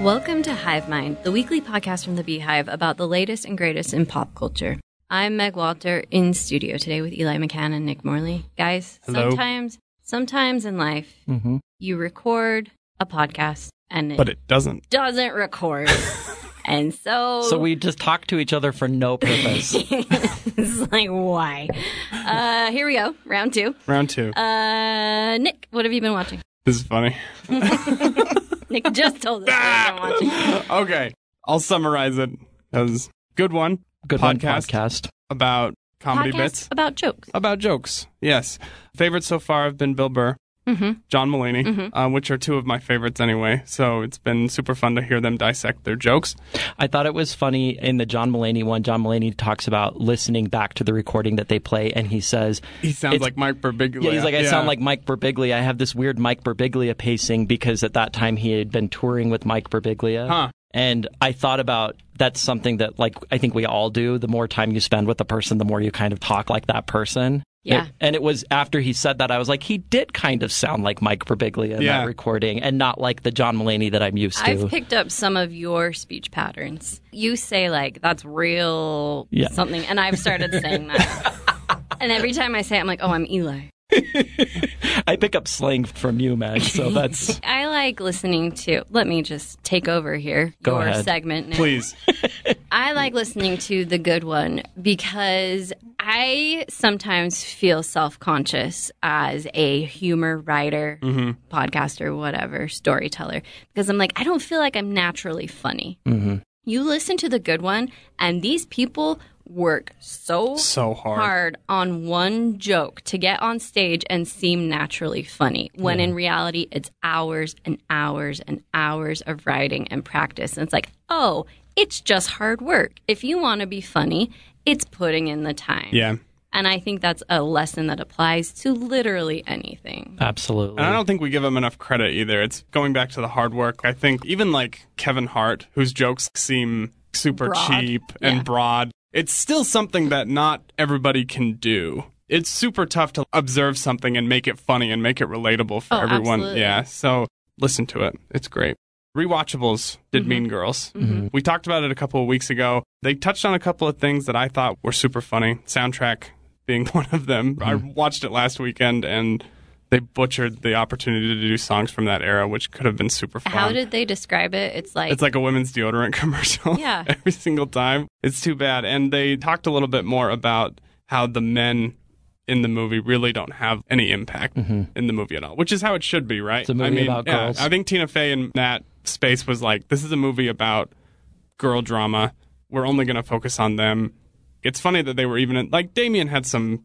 Welcome to Hive Mind, the weekly podcast from the Beehive about the latest and greatest in pop culture. I'm Meg Walter in studio today with Eli McCann and Nick Morley. Guys, Hello. sometimes sometimes in life Mm-hmm. you record a podcast and it, But it doesn't. doesn't record. and so So we just talk to each other for no purpose. it's like why? Uh here we go, round 2. Round two. Uh Nick, what have you been watching? this is funny. Nick just told us what he's been watching. okay. I'll summarize it as good one Good one, podcast. about comedy Podcast bits about jokes. about jokes. Yes. Favorites so far have been Bill Burr, Mhm. John Mulaney, uh, which are two of my favorites anyway. So it's been super fun to hear them dissect their jokes. I thought it was funny in the John Mulaney one. John Mulaney talks about listening back to the recording that they play, and he says, He sounds It's- like Mike Birbiglia. yeah, he's like, I sound like Mike Birbiglia. I have this weird Mike Birbiglia pacing because at that time he had been touring with Mike Birbiglia. Huh. And I thought about that's something that like I think we all do. The more time you spend with a person, the more you kind of talk like that person. Yeah. It- and it was after he said that I was like, he did kind of sound like Mike Birbiglia in Yeah. that recording, and not like the John Mulaney that I'm used to. I've picked up some of your speech patterns. You say like that's real Yeah. something, and I've started saying that. and every time I say, it, I'm like, oh, I'm Eli. I pick up slang from you, Meg. So that's I like listening to. Let me just take over here. Go your ahead. segment. Now. please. I like listening to the good one because I sometimes feel self conscious as a humor writer, Mm-hmm. podcaster, whatever, storyteller, because I'm like, I don't feel like I'm naturally funny. Mm-hmm. You listen to the good one, and these people work so, So hard. hard on one joke to get on stage and seem naturally funny when in reality it's hours and hours and hours of writing and practice and it's like oh it's just hard work if you want to be funny it's putting in the time Yeah. and i think that's a lesson that applies to literally anything absolutely. And I don't think we give him enough credit either. It's going back to the hard work. I think even like Kevin Hart, whose jokes seem super Broad. cheap and Yeah. broad, it's still something that not everybody can do. It's super tough to observe something and make it funny and make it relatable for Oh, everyone. absolutely. Yeah. So listen to it. It's great. Rewatchables did Mm-hmm. Mean Girls. We talked about it a couple of weeks ago. They touched on a couple of things that I thought were super funny. Soundtrack being one of them. I watched it last weekend and they butchered the opportunity to do songs from that era, which could have been super fun. how did they describe it it's like it's like a women's deodorant commercial Yeah. every single time. It's too bad. And they talked a little bit more about how the men in the movie really don't have any impact in the movie at all, which is how it should be, right? Mm-hmm. It's a movie I mean, about yeah, girls. I think Tina Fey in that space was like, this is a movie about girl drama. We're only going to focus on them. It's funny that they were even in, like Damien had some.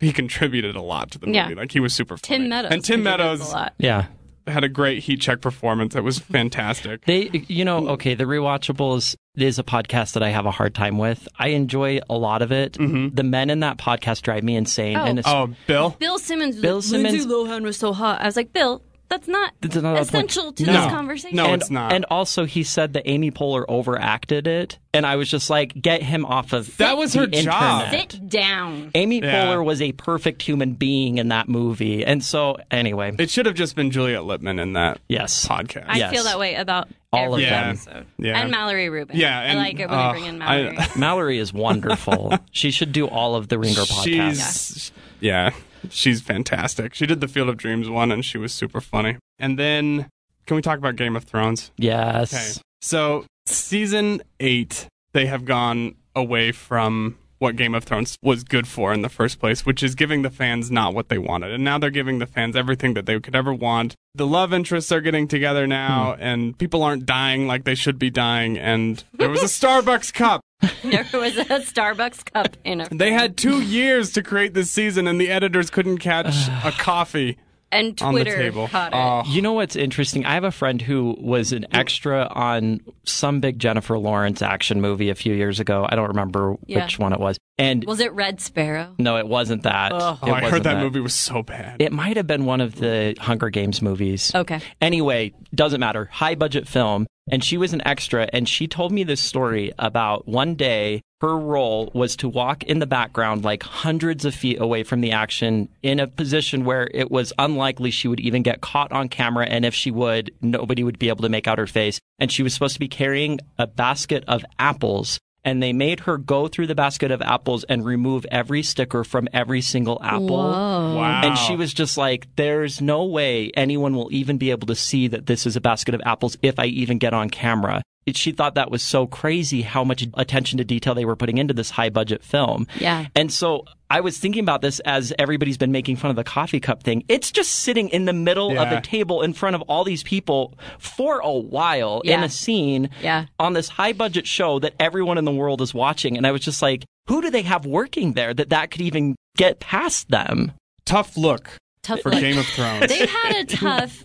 He contributed a lot to the movie. Yeah. Like he was super funny. tim meadows and Tim contributes Meadows a lot yeah. had a great heat check performance. That was fantastic. They, you know, okay, the rewatchables is a podcast that I have a hard time with. I enjoy a lot of it. Mm-hmm. The men in that podcast drive me insane, Oh. and it's, oh, Bill. bill simmons Bill Simmons- lindsay lohan was so hot i was like bill that's not That's another point. essential to No. this No. conversation No, and, it's not. And also, he said that Amy Poehler overacted it, and I was just like, get him off of That was the her job. internet. sit down Amy Yeah. Poehler was a perfect human being in that movie, and so anyway, It should have just been Juliet Lipman in that yes, podcast. I Yes. feel that way about All of every them. episode. Yeah. And Mallory Rubin. Yeah, and, I like it when they uh, bring in Mallory. I- Mallory is wonderful. she should do all of the Ringer podcasts. She's yeah. she's fantastic. She did the Field of Dreams one, and she was super funny. And then, can we talk about Game of Thrones? Yes. So season eight, they have gone away from what Game of Thrones was good for in the first place, which is giving the fans not what they wanted. And now they're giving the fans everything that they could ever want. The love interests are getting together now, and people aren't dying like they should be dying. And there was a Starbucks cup. there was a Starbucks cup in a They had two years to create this season, and the editors couldn't catch a coffee and on the Twitter table. caught it. Oh, You know what's interesting? I have a friend who was an extra on some big Jennifer Lawrence action movie a few years ago. I don't remember Yeah. which one it was. And was it Red Sparrow? no, it wasn't that. It Oh, I wasn't heard that, movie was so bad. It might have been one of the Hunger Games movies. Okay. Anyway, doesn't matter. High budget film. And she was an extra. And she told me this story about one day her role was to walk in the background like hundreds of feet away from the action in a position where it was unlikely she would even get caught on camera and if she would nobody would be able to make out her face and she was supposed to be carrying a basket of apples and they made her go through the basket of apples and remove every sticker from every single apple Whoa. Wow. and she was just like, there's no way anyone will even be able to see that this is a basket of apples if I even get on camera. It- She thought that was so crazy how much attention to detail they were putting into this high budget film. Yeah. And so I was thinking about this as everybody's been making fun of the coffee cup thing. It's just sitting in the middle of Yeah. a table in front of all these people for a while in Yeah. a scene Yeah. on this high budget show that everyone in the world is watching. And I was just like, who do they have working there that that could even get past them? Tough look Tough for luck. Game of Thrones. they had a tough.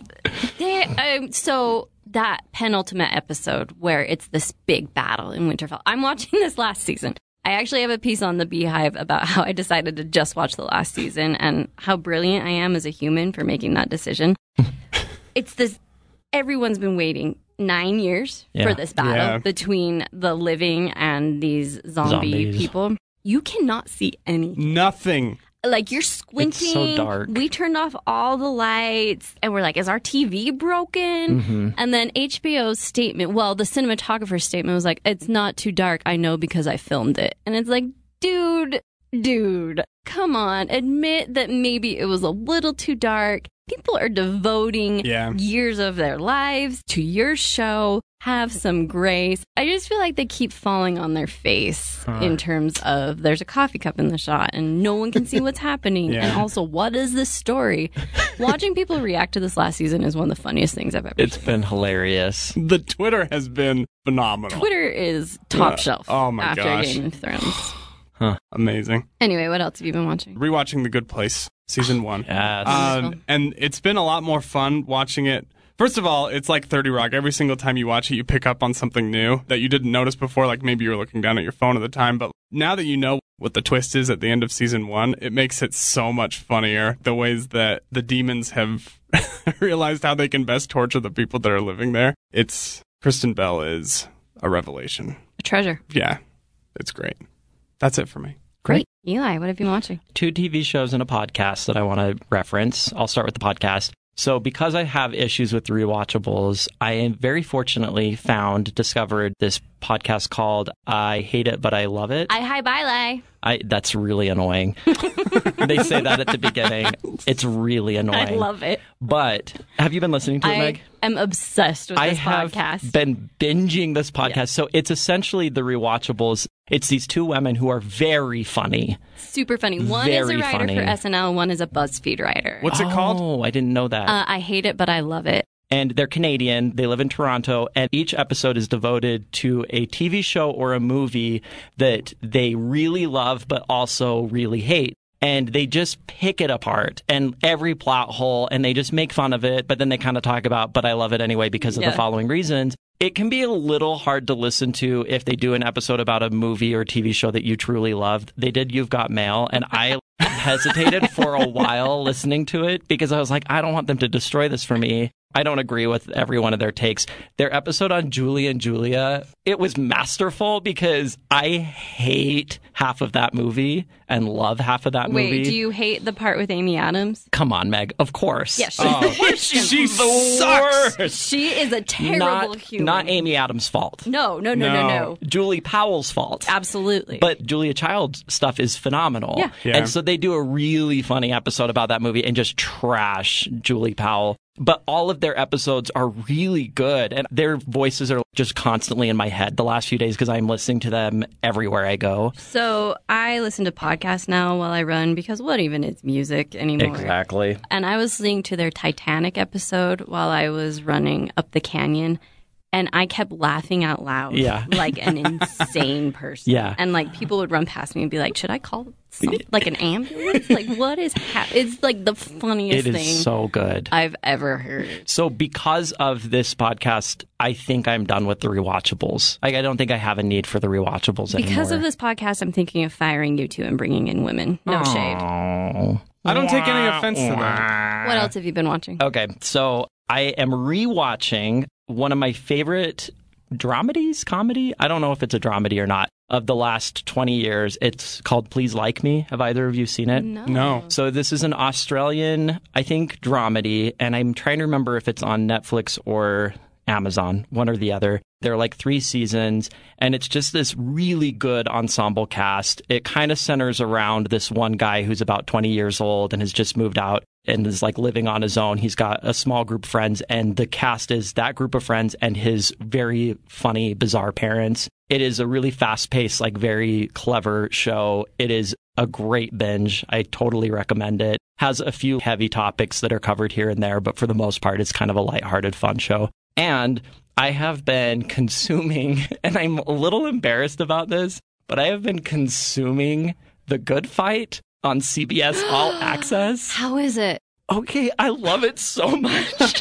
They um, so that penultimate episode where it's this big battle in Winterfell. I'm watching this last season. I actually have a piece on the Beehive about how I decided to just watch the last season and how brilliant I am as a human for making that decision. it's this. Everyone's been waiting nine years Yeah. for this battle Yeah. between the living and these zombie Zombies. people. You cannot see anything Nothing. like you're squinting. dark. We turned off all the lights and we're like, is our TV Mm. broken? And then HBO's statement, well, the cinematographer's statement was like, it's not too dark. I know because I filmed it. And it's like, dude, dude, come on. Admit that maybe it was a little too dark. People are devoting Yeah. years of their lives to your show. Have some grace. I just feel like they keep falling on their face in terms of there's a coffee cup in the shot and no one can see what's happening. Yeah. And also, what is this story? Watching people react to this last season is one of the funniest things I've ever It's seen. been hilarious. The Twitter has been phenomenal. Twitter is top shelf Oh my after gosh. Game of Thrones. Amazing. Anyway, what else have you been watching? Rewatching The Good Place, season one. Yes. Um, and it's been a lot more fun watching it. First of all, it's like 30 Rock. Every single time you watch it, you pick up on something new that you didn't notice before. Like maybe you were looking down at your phone at the time. But now that you know what the twist is at the end of season one, it makes it so much funnier the ways that the demons have realized how they can best torture the people that are living there. It's Kristen Bell is a revelation. A treasure. Yeah, it's great. That's it for me. Great. Eli, what have you been watching? Two TV shows and a podcast that I want to reference. I'll start with the podcast. So, because I have issues with rewatchables, I am very fortunately found, discovered this podcast called I Hate It, But I Love It. I hi bye lie. I, that's really annoying. they say that at the beginning. It's really annoying. I love it. But have you been listening to it, Meg? I am obsessed with I this have podcast. been binging this podcast. So it's essentially the rewatchables. It's these two women who are very funny. Super funny. One Very is a writer funny. for SNL, one is a BuzzFeed writer. What's it called? Oh, I didn't know that. Uh, I hate it, but I love it. and they're Canadian. They live in Toronto, and each episode is devoted to a TV show or a movie that they really love but also really hate. And they just pick it apart and every plot hole, and they just make fun of it, but then they kind of talk about, but I love it anyway because of Yeah. the following reasons. It can be a little hard to listen to if they do an episode about a movie or TV show that you truly loved. They did You've Got Mail, and I hesitated for a while listening to it because I was like, I don't want them to destroy this for me. I don't agree with every one of their takes. Their episode on Julie and Julia, it was masterful because I hate half of that movie and love half of that Wait, movie. do you hate the part with Amy Adams? Come on, Meg. Of course. Yeah, she, Oh. She sucks. she is a terrible Not, human. not Amy Adams' fault. no, no, no, No. no, no. Julie Powell's fault. Absolutely. But Julia Child's stuff is phenomenal. Yeah. Yeah. And so they do a really funny episode about that movie and just trash Julie Powell. But all of their episodes are really good. And their voices are just constantly in my head the last few days because I'm listening to them everywhere I go. so I listen to podcasts now while I run because what even is music anymore? Exactly. And I was listening to their Titanic episode while I was running up the canyon. And I kept laughing out loud, Yeah. like an insane person. Yeah. and like people would run past me and be like, "Should I call some, like an ambulance? Like, what is happening?" It's like the funniest It thing is so good. I've ever heard. So, because of this podcast, I think I'm done with the rewatchables. Like, I don't think I have a need for the rewatchables anymore. Because of this podcast, I'm thinking of firing you two and bringing in women. No shade. Oh. I don't take any offense to that. What else have you been watching? Okay, so I am rewatching one of my favorite dramedies, comedy. I don't know if it's a dramedy or not. Of the last 20 years, it's called Please Like Me. Have either of you seen it? No. No. Mm-hmm. So this is an Australian, I think, dramedy, and I'm trying to remember if it's on Netflix or Amazon, one or the other. There are like three seasons, and it's just this really good ensemble cast. It kind of centers around this one guy who's about 20 years old and has just moved out and is like living on his own. He's got a small group of friends, and the cast is that group of friends and his very funny, bizarre parents. It is a really fast paced, like very clever show. It is a great binge. I totally recommend it. Has a few heavy topics that are covered here and there, but for the most part, it's kind of a lighthearted, fun show. And I have been consuming, and I'm a little embarrassed about this, but I have been consuming The Good Fight on CBS All Access. How is it? Okay, I love it so much.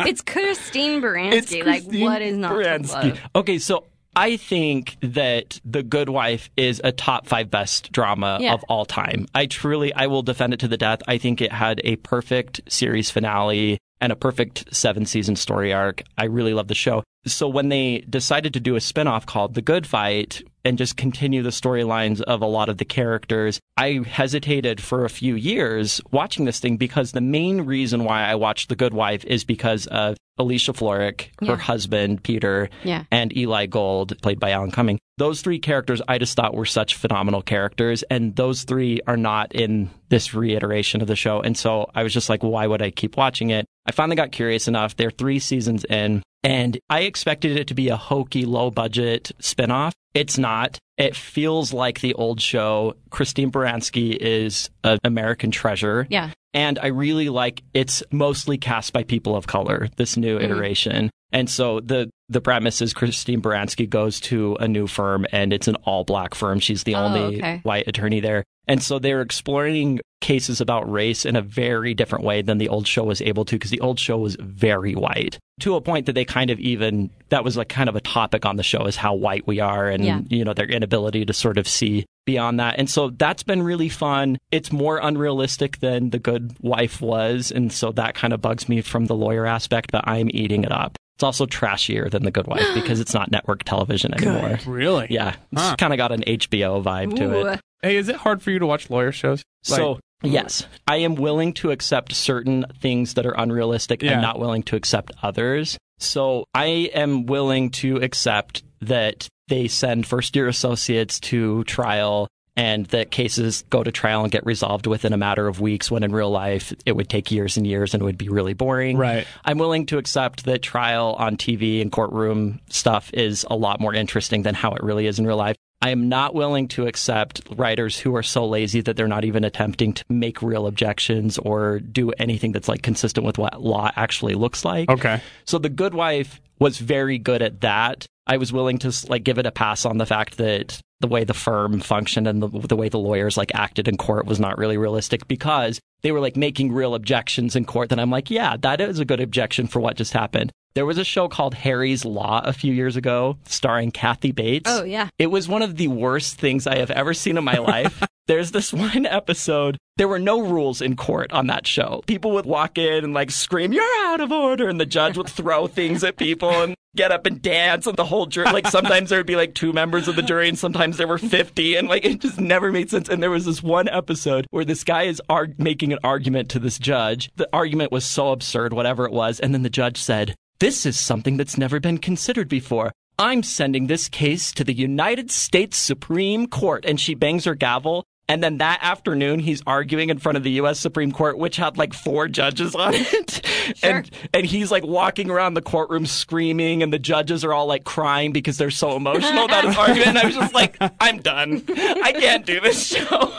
It's Christine Baranski. It's like, Christine what is not to Baranski. love? Okay, so I think that The Good Wife is a top five best drama Yeah. of all time. I truly, I will defend it to the death. I think it had a perfect series finale and a perfect seven season story arc. I really love the show. So when they decided to do a spinoff called The Good Fight and just continue the storylines of a lot of the characters, I hesitated for a few years watching this thing because the main reason why I watched The Good Wife is because of Alicia Florrick, her Yeah. husband, Peter, Yeah. and Eli Gold, played by Alan Cumming. Those three characters I just thought were such phenomenal characters, and those three are not in this reiteration of the show. And so I was just like, why would I keep watching it? I finally got curious enough. They're three seasons in, and I expected it to be a hokey, low budget spinoff. It's not. It feels like the old show. Christine Baranski is an American treasure. Yeah. And I really like it's mostly cast by people of color, this new Mm-hmm. iteration. And so the the premise is Christine Baranski goes to a new firm and it's an all black firm. She's the Oh, only okay. white attorney there. And so they're exploring cases about race in a very different way than the old show was able to, because the old show was very white to a point that they kind of even, that was like kind of a topic on the show is how white we are and, Yeah. you know, their inability to sort of see beyond that. And so that's been really fun. It's more unrealistic than The Good Wife was. And so that kind of bugs me from the lawyer aspect, but I'm eating it up. It's also trashier than The Good Wife because it's not network television anymore. Really? Yeah. It's Huh. kind of got an HBO vibe to it. Ooh. Hey, is it hard for you to watch lawyer shows? So Like- mm, yes, I am willing to accept certain things that are unrealistic Yeah. and not willing to accept others. So I am willing to accept that they send first year associates to trial and that cases go to trial and get resolved within a matter of weeks when in real life it would take years and years and it would be really boring. Right. I'm willing to accept that trial on TV and courtroom stuff is a lot more interesting than how it really is in real life. I am not willing to accept writers who are so lazy that they're not even attempting to make real objections or do anything that's like consistent with what law actually looks like. Okay. So the good wife was very good at that. I was willing to like give it a pass on the fact that the way the firm functioned and the, the way the lawyers like acted in court was not really realistic because they were like making real objections in court. Then I'm like, yeah, that is a good objection for what just happened. There was a show called Harry's Law a few years ago, starring Kathy Bates. Oh, yeah. It was one of the worst things I have ever seen in my life. There's this one episode. There were no rules in court on that show. People would walk in and like scream, "You're out of order," and the judge would throw things at people and get up and dance. And the whole jury, like sometimes there would be like two members of the jury, and sometimes there were fifty, and like it just never made sense. And there was this one episode where this guy is arg- making an argument to this judge. The argument was so absurd, whatever it was, and then the judge said, "This is something that's never been considered before." I'm sending this case to the United States Supreme Court. And she bangs her gavel. And then that afternoon, he's arguing in front of the U.S. Supreme Court, which had like four judges on it. And, and he's like walking around the courtroom screaming, and the judges are all like crying because they're so emotional about his argument. And I was just like, I'm done. I can't do this show.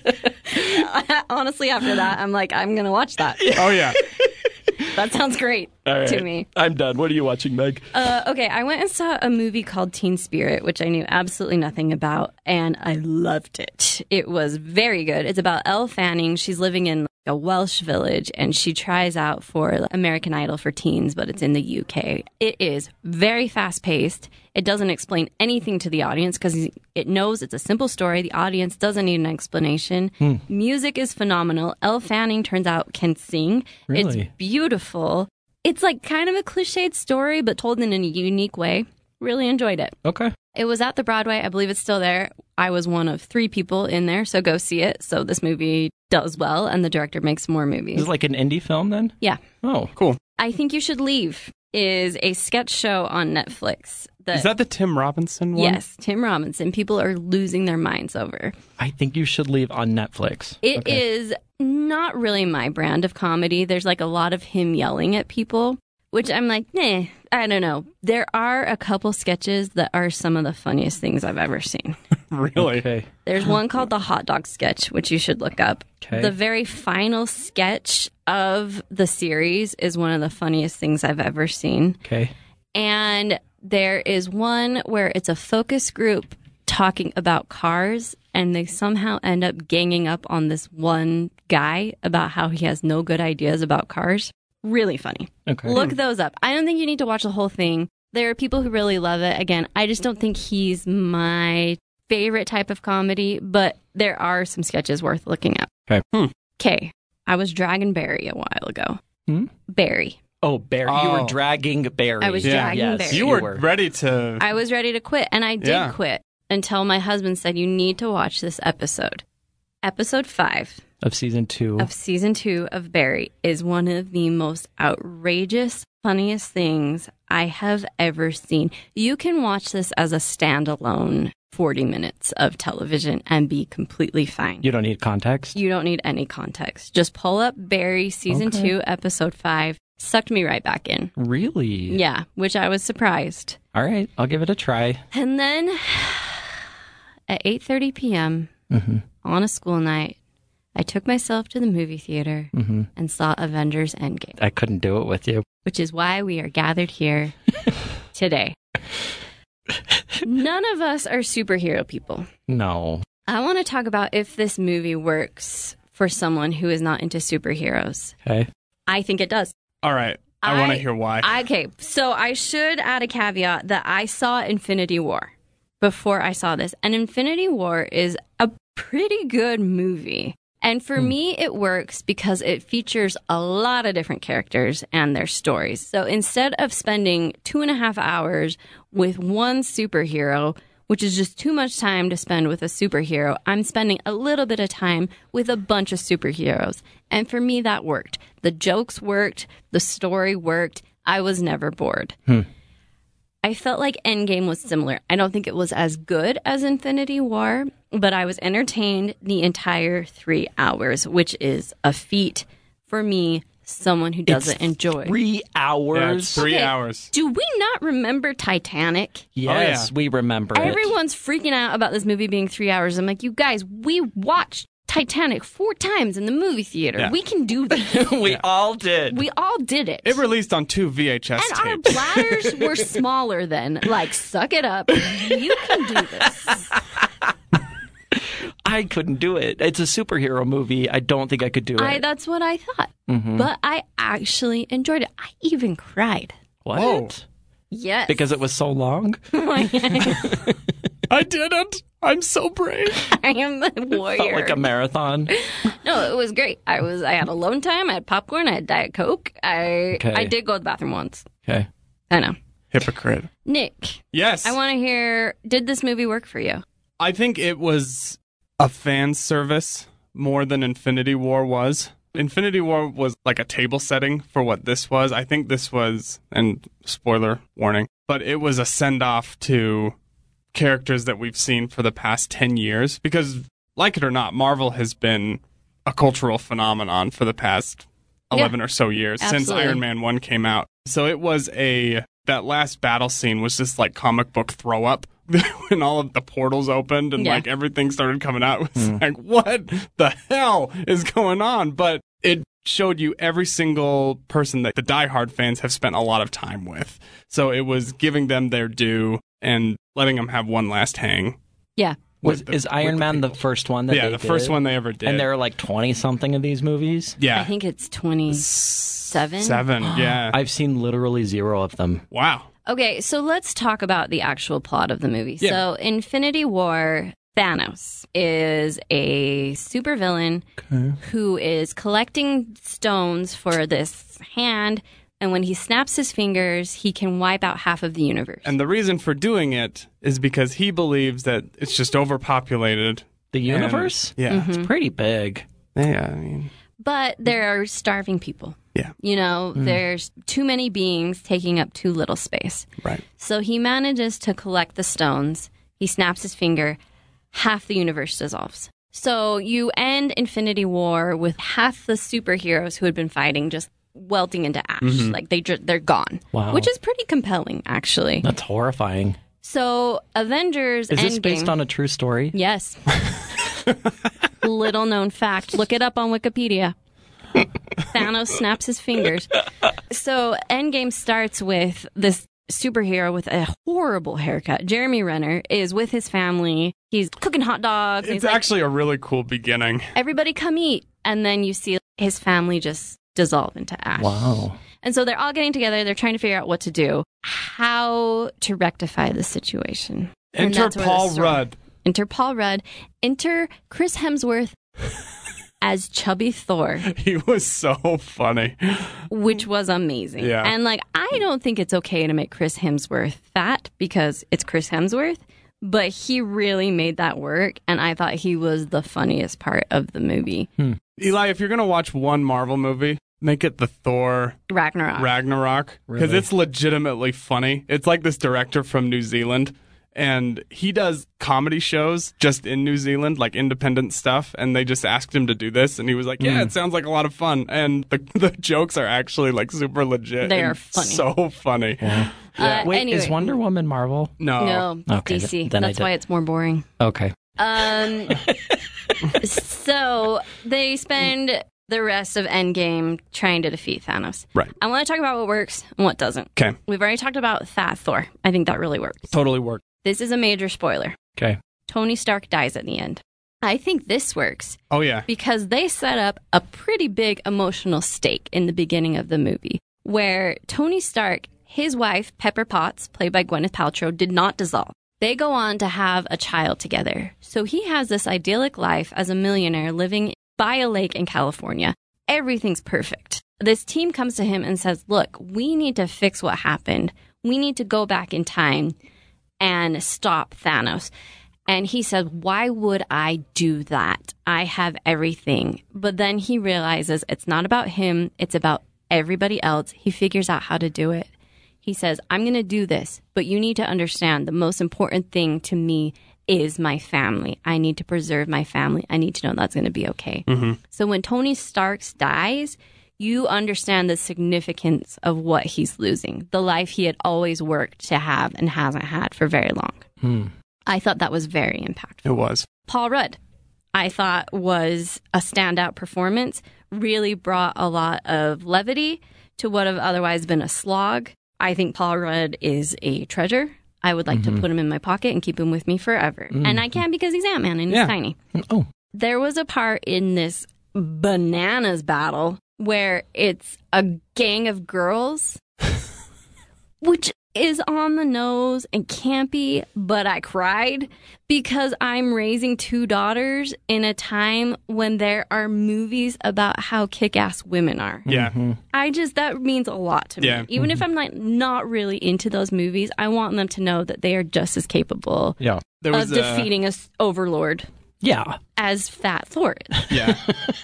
Honestly, after that, I'm like, I'm going to watch that. Oh yeah. That sounds great to me. I'm done. What are you watching, Meg? Uh, okay, I went and saw a movie called Teen Spirit, which I knew absolutely nothing about, and I loved it. It was very good. It's about Elle Fanning. She's living in a Welsh village, and she tries out for American Idol for teens, but it's in the UK. It is very fast paced. It doesn't explain anything to the audience because it knows it's a simple story. The audience doesn't need an explanation. Music is phenomenal. Elle Fanning turns out can sing. It's Really? beautiful. It's like kind of a cliched story, but told in a unique way. Really enjoyed it. Okay. It was at the Broadway. I believe it's still there. I was one of three people in there, so go see it. So this movie does well, and the director makes more Is movies. it like an indie film then? Yeah. Oh. Cool. I think you should leave is a sketch show on Netflix. Is that the Tim Robinson one? yes, Tim Robinson. People are losing their minds over. I think you should leave on Netflix. It is not really my brand of comedy. There's like a lot of him yelling at people, which I'm like, nah, I don't know. There are a couple sketches that are some of the funniest things I've ever seen. Really? Okay. There's one called the hot dog sketch, which you should look up. Okay. The very final sketch of the series is one of the funniest things I've ever seen. Okay. And there is one where it's a focus group talking about cars, and they somehow end up ganging up on this one guy about how he has no good ideas about cars. Really funny. Okay. Look those up. I don't think you need to watch the whole thing. There are people who really love it. Again, I just don't think he's my favorite type of comedy, but there are some sketches worth looking up. Okay. Hmm. Okay. I was dragging Barry a while ago. Hmm? Barry. Oh, Barry. You Oh. were dragging Barry. I was Yeah. dragging Yes. Barry. You You were, were. ready to. I was ready to quit, and I did Yeah. quit until my husband said, You need to watch this episode. Episode five Of season two. of season two of Barry is one of the most outrageous, funniest things I have ever seen. You can watch this as a standalone 40 minutes of television and be completely fine. you don't need context. You don't need any context. Just pull up Barry season Okay. two, episode five. Sucked me right back in. really? Yeah, which I was surprised. All right. I'll give it a try. And then at 8:30 p.m. on a school night, I took myself to the movie theater and saw Avengers Endgame, I couldn't do it with you. which is why we are gathered here today. None of us are superhero people. No. I want to talk about if this movie works for someone who is not into superheroes. Okay. I think it does. All right. I, want I- to hear why. I- Okay, so I should add a caveat that I saw Infinity War before I saw this, and Infinity War is a pretty good movie. And for me, it works because it features a lot of different characters and their stories. So instead of spending two and a half hours with one superhero, which is just too much time to spend with a superhero, I'm spending a little bit of time with a bunch of superheroes. And for me, that worked. The jokes worked, the story worked. I was never bored. I felt like Endgame was similar. I don't think it was as good as Infinity War, but I was entertained the entire three hours, which is a feat for me, someone who doesn't enjoy. Three Yeah, hours. it's three Oh, Okay. hours. Do we not remember Titanic? Yes, Oh, yeah. we remember it. Everyone's freaking out about this movie being three hours. I'm like, you guys, we watched Titanic four times in the movie theater. Yeah. We can do this. we all did. we all did it. It released on two VHS and our tapes. bladders were smaller then. Like, suck it up. You can do this. I couldn't do it. It's a superhero movie. I don't think I could do it. I, that's what I thought. Mm-hmm. But I actually enjoyed it. I even cried. what? Whoa. Yes. Because it was so long. I did it. I'm so brave. I am the warrior. Felt like a marathon. No, it was great. I was I had alone time, I had popcorn, I had Diet Coke. I Okay. I did go to the bathroom once. Okay. I know. Hypocrite. Nick, Yes. I want to hear did this movie work for you? I think it was a fan service more than Infinity War was. Infinity War was like a table setting for what this was. I think this was, and spoiler warning, but it was a send off to characters that we've seen for the past 10 years. Because, like it or not, Marvel has been a cultural phenomenon for the past Yeah. 11 or so years since Absolutely. Iron Man 1 came out. So it was a that last battle scene was just like comic book throw up when all of the portals opened and Yeah. like everything started coming out. It Hmm. was like, what the hell is going on? But it showed you every single person that the diehard fans have spent a lot of time with. So it was giving them their due and letting them have one last hang. Yeah. Was the- is with Iron the Man the first one that yeah, they the first did? one they ever did. And there are like twenty something of these movies. yeah. I think it's 27. Seven, yeah. I've seen literally zero of them. wow. Okay, so let's talk about the actual plot of the movie. Yeah. So, Infinity War, Thanos is a supervillain who is collecting stones for this hand and when he snaps his fingers, he can wipe out half of the universe. And the reason for doing it is because he believes that it's just overpopulated. The and- universe? yeah. Mm-hmm. It's pretty big. Yeah. I mean, but there are starving people. yeah. You know, there's too many beings taking up too little space. Right. So he manages to collect the stones. He snaps his finger. Half the universe dissolves. So you end Infinity War with half the superheroes who had been fighting just welting into ash. Like they ju- they're gone. Mm-hmm. Wow. Which is pretty compelling actually. That's horrifying. So Avengers Is this Endgame- based on a true story? Yes. Little known fact. Look it up on Wikipedia. Thanos snaps his fingers. So Endgame starts with this superhero with a horrible haircut. Jeremy Renner is with his family. He's cooking hot dogs. and It's he's like, actually a really cool beginning. everybody come eat. And then you see his family just dissolve into ash. Wow. And so they're all getting together. They're trying to figure out what to do, how to rectify the situation. And Enter that's where the Paul story- Rudd. Enter Paul Rudd. Enter Chris Hemsworth as chubby Thor, He was so funny. which was amazing. Yeah. And like, I don't think it's okay to make Chris Hemsworth fat because it's Chris Hemsworth, but he really made that work. And I thought he was the funniest part of the movie. Hmm. Eli, if you're going to watch one Marvel movie, make it the Thor Ragnarok. Ragnarok because Really? it's legitimately funny. It's like this director from New Zealand, and he does comedy shows just in New Zealand, like independent stuff. And they just asked him to do this, and he was like, "Yeah, it sounds like a lot of fun." And the the jokes are actually like super legit. They and are funny. So funny. Uh, Wait, anyway. is Wonder Woman Marvel? No. No, Okay, DC. then I That's did- why it's more boring. Okay. Um, so they spend the rest of Endgame trying to defeat Thanos. Right. I want to talk about what works and what doesn't. Okay. We've already talked about Fat Thor. I think that really worked. Totally worked. This is a major spoiler. Okay. Tony Stark dies at the end. I think this works Oh yeah. because they set up a pretty big emotional stake in the beginning of the movie where Tony Stark, his wife, Pepper Potts, played by Gwyneth Paltrow, did not dissolve. They go on to have a child together. So he has this idyllic life as a millionaire living by a lake in California. Everything's perfect. This team comes to him and says, Look, we need to fix what happened. We need to go back in time and stop Thanos. And he said, Why would I do that? I have everything. But then he realizes it's not about him, it's about everybody else. He figures out how to do it. He says, I'm going to do this, but you need to understand the most important thing to me is my family. I need to preserve my family. I need to know that's going to be okay. So when Tony Starks dies, you understand the significance of what he's losing, the life he had always worked to have and hasn't had for very long. I thought that was very impactful. It was. Paul Rudd, I thought was a standout performance, really brought a lot of levity to what have otherwise been a slog. I think Paul Rudd is a treasure. I would like to put him in my pocket and keep him with me forever. And I can because he's Ant Man and Yeah. he's tiny Oh, there was a part in this bananas battle where it's a gang of girls, which is on the nose and campy, but I cried because I'm raising two daughters in a time when there are movies about how kick ass women are. Yeah. I just, that means a lot to me. Yeah. Mm-hmm. Even if I'm like not really into those movies, I want them to know that they are just as capable yeah. There of was uh, a- defeating a s- overlord Yeah. as Fat Thor is. Yeah.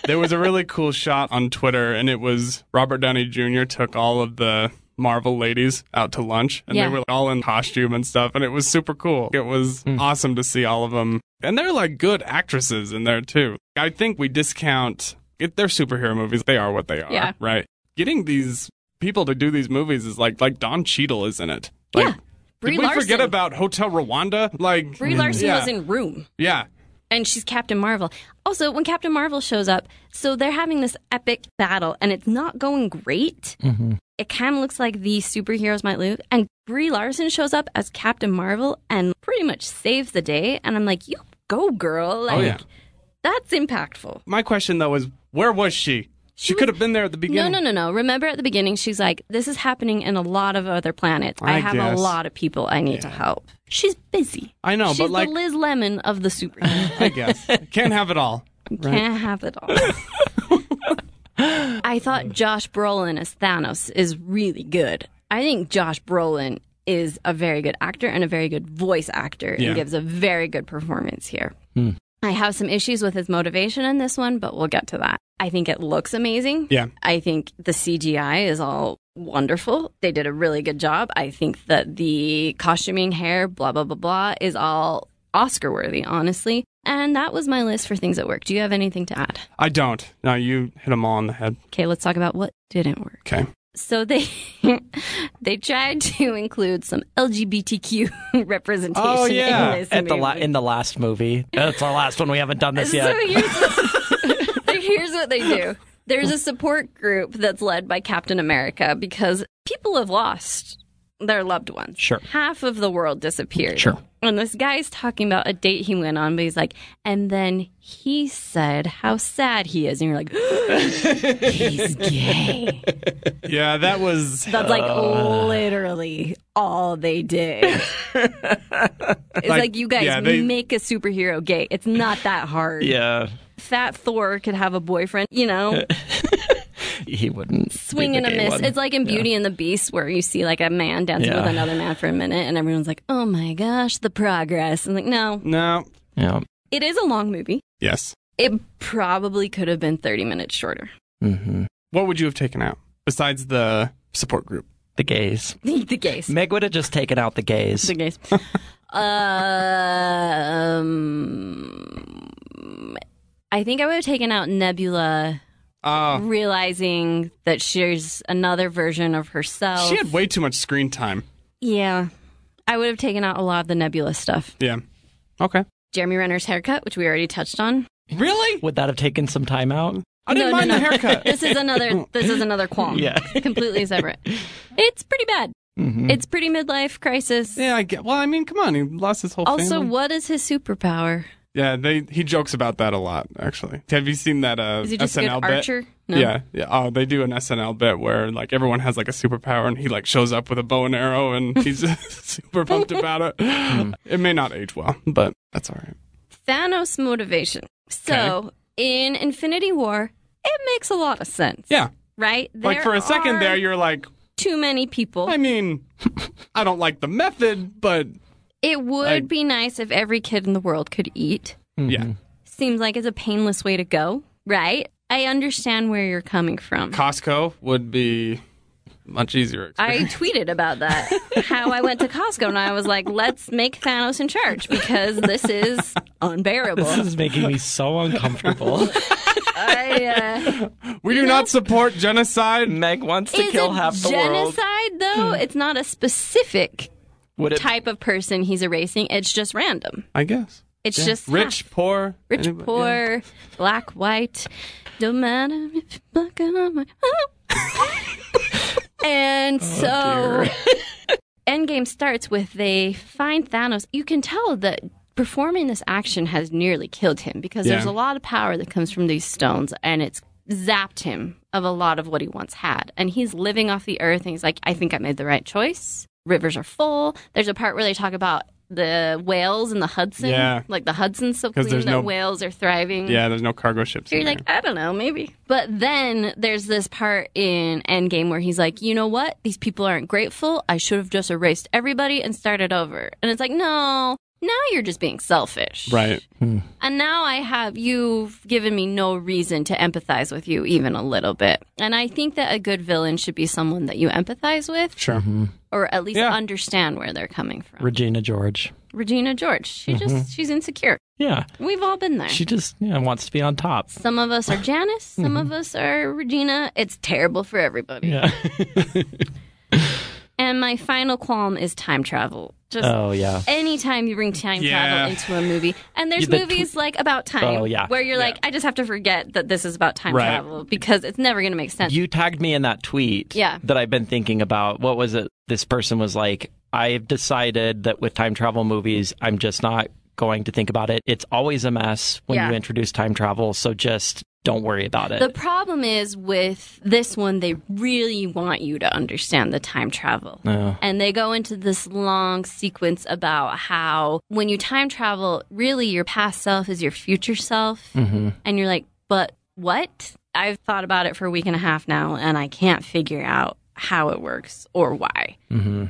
there was a really cool shot on Twitter, and it was Robert Downey Jr. took all of the Marvel ladies out to lunch, and Yeah. they were all in costume and stuff, and it was super cool. It was awesome to see all of them. And they're like good actresses in there, too. I think we discount if they're superhero movies, they are what they are, Yeah. right? Getting these people to do these movies is like, like Don Cheadle is in it. Like, Yeah. Brie did we Larson. forget about Hotel Rwanda? Like, Brie Larson yeah, was in Room, Yeah. and she's Captain Marvel. Also, when Captain Marvel shows up, so they're having this epic battle, and it's not going great. Mm-hmm. It kind of looks like the superheroes might lose. And Brie Larson shows up as Captain Marvel and pretty much saves the day. And I'm like, you go, girl! Like, Oh, yeah. that's impactful. My question, though, is where was she? She, was- could have been there at the beginning. No, no, no, no. Remember at the beginning, she's like, this is happening in a lot of other planets. I, I have guess. a lot of people I need to help. She's busy. I know, she's but like, the Liz Lemon of the superheroes. I guess can't have it all. Can't have it all. I thought Josh Brolin as Thanos is really good. I think Josh Brolin is a very good actor and a very good voice actor Yeah. and gives a very good performance here. I have some issues with his motivation in this one, but we'll get to that. I think it looks amazing. Yeah. I think the CGI is all wonderful. They did a really good job. I think that the costuming, hair, blah, blah, blah, blah, is all Oscar worthy, honestly. And that was my list for things that work. Do you have anything to add? I don't. No, you hit them all on the head. Okay, let's talk about what didn't work. Okay. So they they tried to include some LGBTQ representation Oh, yeah. in this At the la- movie. in the last movie. That's the last one we haven't done this yet. So here's, here's what they do. There's a support group that's led by Captain America because people have lost their loved ones. Sure. Half of the world disappeared. Sure. And this guy's talking about a date he went on, but he's like, and then he said how sad he is. And you're like, he's gay. Yeah, that was. That's like literally all they did. it's like, you guys yeah, they- make a superhero gay. It's not that hard. yeah. Fat Thor could have a boyfriend, you know, He wouldn't. swing be and the a gay miss. one. It's like in Beauty and the Beast where you see like a man dancing Yeah. with another man for a minute and everyone's like, oh my gosh, the progress. I'm like, no, No. Yeah. it is a long movie. Yes. It probably could have been 30 minutes shorter. hmm What would you have taken out besides the support group? The gays. the gays. Meg would have just taken out the gays. The gays. um, I think I would have taken out Nebula, Uh, realizing that she's another version of herself. Oh, she had way too much screen time. yeah. I would have taken out a lot of the Nebula stuff. Yeah. Okay. Jeremy Renner's haircut, which we already touched on. Really? Would that have taken some time out? I No, didn't no, mind no. the haircut. This is another this is another qualm. Yeah. Completely separate. It's pretty bad. It's pretty midlife crisis. Mm-hmm. yeah, I get. Well, I mean, come on. He lost his whole Also, family. what is his superpower? Yeah, they he jokes about that a lot. Actually, have you seen that uh, Is he just a SNL good bit? archer? No. Yeah, yeah. Oh, they do an SNL bit where like everyone has like a superpower, and he like shows up with a bow and arrow, and he's super pumped about it. it may not age well, but that's all right. Thanos motivation. So in Infinity War, it makes a lot of sense, Yeah, right? like for a second are there, you're like, too many people. I mean, I don't like the method, but it would I- be nice if every kid in the world could eat. yeah, Seems like it's a painless way to go, right? I understand where you're coming from. Costco would be much easier. I tweeted about that, how I went to Costco and I was like, let's make Thanos in charge because this is This unbearable. is making me so uncomfortable. I, uh, we do not support genocide. Meg wants to is kill it half the world. genocide, though? It's not a specific Would it type of person he's erasing. It's just random. I guess It's just rich, poor, half. rich, anybody- poor, yeah. black, white. Don't matter if you're black or white. and Oh, so, Endgame starts with they find Thanos. You can tell that performing this action has nearly killed him because there's Yeah. a lot of power that comes from these stones, and it's zapped him of a lot of what he once had. And he's living off the earth, and he's like, I think I made the right choice. Rivers are full. There's a part where they talk about the whales in the Hudson, Yeah. like the Hudson's so 'Cause clean there's that no- whales are thriving. Yeah, there's no cargo ships. in You're there. like, I don't know, maybe. But then there's this part in Endgame where he's like, you know what? These people aren't grateful. I should have just erased everybody and started over. And it's like, no, now you're just being selfish. right. And now I have, you've given me no reason to empathize with you even a little bit. And I think that a good villain should be someone that you empathize with Sure. or at least Yeah. understand where they're coming from. Regina George? Regina George, she just, she's insecure. Yeah. We've all been there. She just yeah, wants to be on top. Some of us are Janice, some of us are Regina. It's terrible for everybody. Yeah. And my final qualm is time travel. Just oh yeah. anytime you bring time Yeah. travel into a movie, and there's Yeah, the tw- movies like about time Oh, yeah. where you're like, I just have to forget that this is about time Right. travel because it's never going to make sense. You tagged me in that tweet Yeah. that I've been thinking about. What was it? This person was like, I've decided that with time travel movies, I'm just not going to think about it. It's always a mess when Yeah. you introduce time travel, so just don't worry about it. the problem is with this one, they really want you to understand the time travel. Oh. And they go into this long sequence about how when you time travel, really your past self is your future self. And you're like, but what? I've thought about it for a week and a half now, and I can't figure out how it works or why. Mm-hmm.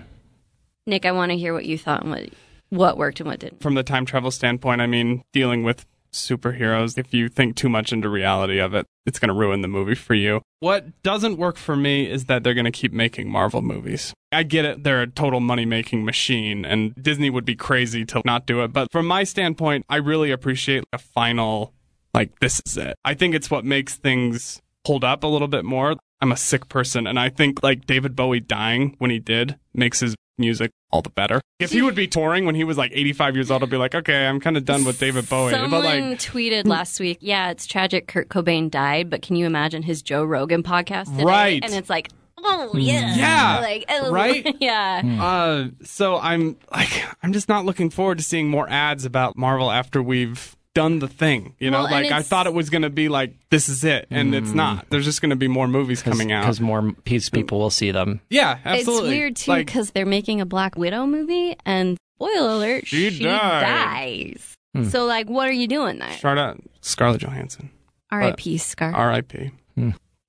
Nick, I want to hear what you thought and what what worked and what didn't. From the time travel standpoint, I mean, dealing with superheroes, if you think too much into reality of it, it's going to ruin the movie for you. What doesn't work for me is that they're going to keep making Marvel movies. I get it, they're a total money making machine, and Disney would be crazy to not do it. But from my standpoint, I really appreciate a final, like, this is it. I think it's what makes things hold up a little bit more. I'm a sick person, and I think, like, David Bowie dying when he did makes his music all the better. If he would be touring when he was like 85 years old, I'd be like, okay, I'm kind of done with David Bowie. Someone but, like, tweeted last week, yeah, it's tragic Kurt Cobain died, but can you imagine his Joe Rogan podcast today? Right. And it's like, oh, yeah. Yeah. Like, oh, Right? Yeah. Uh, so I'm like, I'm just not looking forward to seeing more ads about Marvel after we've done the thing. You know, Well, and like I it's- thought it was going to be like this is it, and it's not. There's just going to be more movies coming out. Mm. because more piece people will see them. Yeah, absolutely. It's weird too Like, because they're making a Black Widow movie, and spoiler alert, She she, died. dies. So, like, what are you doing there? shout out Scarlett Johansson, R.I.P. Scar. R.I.P.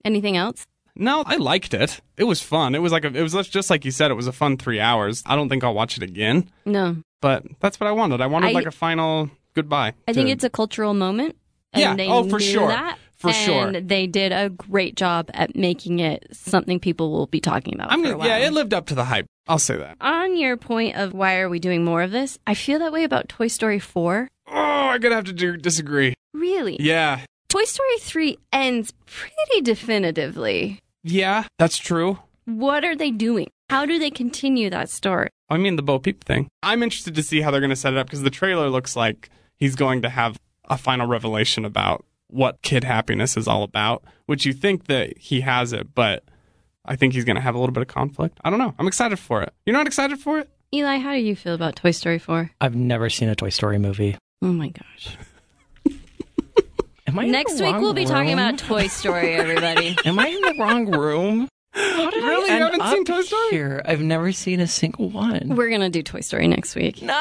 Anything else? No, I liked it. It was fun. It was like a, it was just like you said. It was a fun three hours. I don't think I'll watch it again, No. but that's what I wanted. I wanted I- like a final goodbye. I think to- it's a cultural moment. And Yeah. They Oh, for knew sure. That, For and sure. They did a great job at making it something people will be talking about. I'm for a gonna, while. yeah, it lived up to the hype. I'll say that. On your point of why are we doing more of this, I feel that way about Toy Story 4. Oh, I'm gonna have to do, disagree. Really? Yeah, Toy Story 3 ends pretty definitively. Yeah, that's true. What are they doing? How do they continue that story? I mean, the Bo Peep thing. I'm interested to see how they're going to set it up because the trailer looks like he's going to have a final revelation about what kid happiness is all about, which you think that he has it, but I think he's going to have a little bit of conflict. I don't know. I'm excited for it. You're not excited for it? Eli, how do you feel about Toy Story 4? I've never seen a Toy Story movie. Oh my gosh. Am I in Next the week wrong we'll be talking room? about Toy Story, everybody. Am I in the wrong room? How did I Really? You end haven't seen up Toy Story? Here? I've never seen a single one. We're going to do Toy Story next week. No,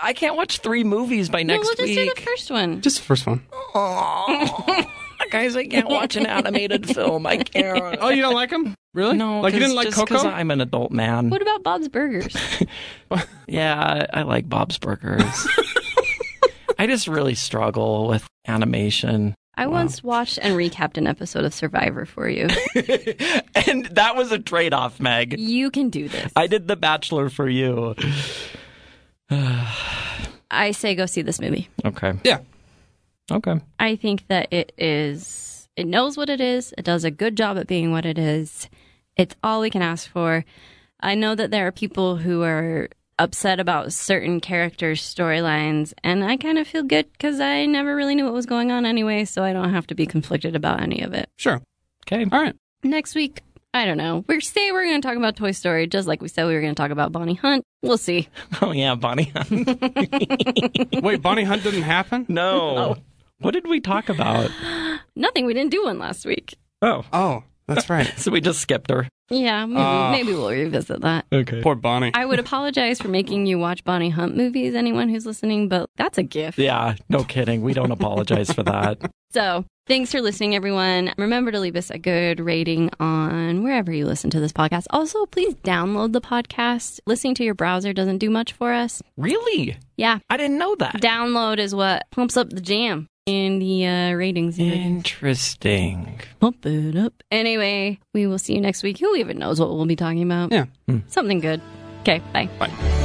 I can't watch three movies by No, next we'll just week. do the first one. Just the first one. Aw. Guys, I can't watch an animated film. I can't. Oh, you don't like him? Really? No, Like you 'cause- didn't like just Coco? 'cause I'm an adult man. What about Bob's Burgers? Yeah, I, I like Bob's Burgers. I just really struggle with animation. I once watched and recapped an episode of Survivor for you. And that was a trade off, Meg. You can do this. I did The Bachelor for you. I say go see this movie. Okay. yeah. Okay. I think that it is, it knows what it is. It does a good job at being what it is. It's all we can ask for. I know that there are people who are upset about certain characters' storylines, and I kind of feel good because I never really knew what was going on anyway, so I don't have to be conflicted about any of it. Sure. Okay. All right. Next week, I don't know. We're say we're going to talk about Toy Story, just like we said we were going to talk about Bonnie Hunt. We'll see. Oh, yeah, Bonnie. Wait, Bonnie Hunt didn't happen? no. What did we talk about? Nothing. We didn't do one last week. Oh, Oh, that's right. so we just skipped her. Yeah, maybe, maybe we'll revisit that. Okay. Poor Bonnie. I would apologize for making you watch Bonnie Hunt movies, anyone who's listening, but that's a gift. Yeah, no kidding. We don't apologize for that. So thanks for listening, everyone. Remember to leave us a good rating on wherever you listen to this podcast. Also, please download the podcast. Listening to your browser doesn't do much for us. Really? Yeah, I didn't know that. download is what pumps up the jam in the uh, ratings. Interesting. Pump it up. Anyway, we will see you next week. Who even knows what we'll be talking about? Yeah. Something good. Okay, bye. Bye.